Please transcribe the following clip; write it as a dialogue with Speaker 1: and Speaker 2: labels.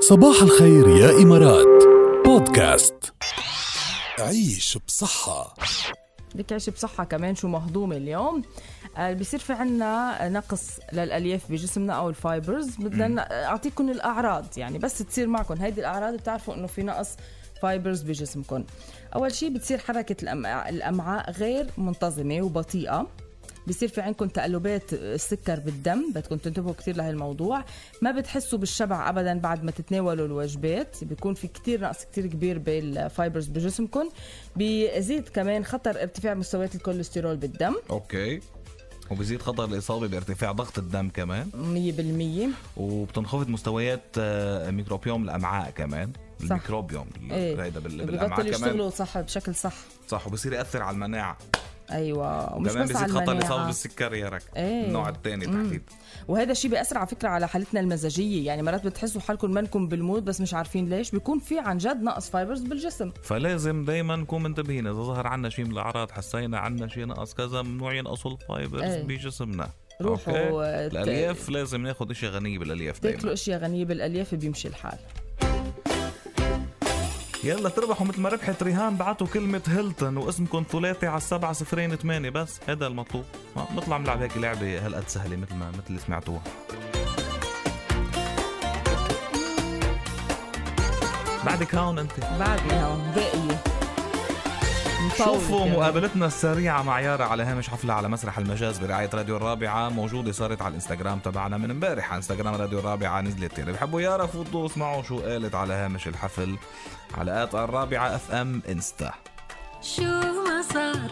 Speaker 1: صباح الخير يا إمارات بودكاست عيش بصحة
Speaker 2: بدك عيش بصحة كمان شو مهضومة اليوم آه، بصير في عنا نقص للألياف بجسمنا أو الفايبرز بدنا ن- أعطيكم الأعراض يعني بس تصير معكم هيدي الأعراض بتعرفوا إنه في نقص فايبرز بجسمكم أول شيء بتصير حركة الأمع- الأمعاء غير منتظمة وبطيئة بصير في عندكم تقلبات السكر بالدم بدكم تنتبهوا كثير لهالموضوع ما بتحسوا بالشبع ابدا بعد ما تتناولوا الوجبات بيكون في كثير نقص كثير كبير بالفايبرز بجسمكم بيزيد كمان خطر ارتفاع مستويات الكوليسترول بالدم
Speaker 3: اوكي وبزيد خطر الاصابه بارتفاع ضغط الدم كمان
Speaker 2: 100%
Speaker 3: نعم، وبتنخفض مستويات آه، ميكروبيوم الامعاء كمان
Speaker 2: صح.
Speaker 3: الميكروبيوم
Speaker 2: ايه
Speaker 3: هيدا بال- بالامعاء
Speaker 2: ببطلوا
Speaker 3: كمان
Speaker 2: يشتغلوا صح بشكل صح
Speaker 3: صح وبصير ياثر على المناعه
Speaker 2: ايوه ومش
Speaker 3: كمان
Speaker 2: بس على
Speaker 3: بزيد خطر الاصابه
Speaker 2: المناعه
Speaker 3: بالسكري يا رك
Speaker 2: ايه.
Speaker 3: النوع الثاني تحديدا
Speaker 2: وهذا الشيء بيأثر على فكره على حالتنا المزاجيه يعني مرات بتحسوا حالكم منكم بالمود بس مش عارفين ليش بيكون في عن جد نقص فايبرز بالجسم
Speaker 3: طيب. فلازم دايما نكون منتبهين اذا ظهر عنا شيء من الاعراض حسينا عنا شيء نقص كذا ممنوع ينقصوا الفايبرز
Speaker 2: ايه.
Speaker 3: بجسمنا
Speaker 2: روحوا
Speaker 3: أوكي؟
Speaker 2: وت-
Speaker 3: الالياف لازم ناخذ اشياء غنيه بالالياف
Speaker 2: تاكلوا
Speaker 3: دايما
Speaker 2: اشياء غنيه بالالياف بيمشي الحال
Speaker 3: يلا تربحوا مثل ما ربحت ريهان بعتوا كلمه هيلتون واسمكم ثلاثي على السبعة صفرين ثمانية بس هذا المطلوب ما- نطلع نلعب هيك لعبه هالقد سهله مثل ما مثل اللي سمعتوها بعدك هون انت
Speaker 2: بعدني هون باقيه مطولة
Speaker 3: شوفوا
Speaker 2: كمان.
Speaker 3: مقابلتنا السريعة مع يارا على هامش حفلة على مسرح المجاز برعاية راديو الرابعة موجودة صارت على الانستغرام تبعنا من امبارح على انستغرام راديو الرابعة نزلت اللي بحبوا يارا فوتوا اسمعوا شو قالت على هامش الحفل على آت الرابعة اف ام انستا
Speaker 4: شو ما صار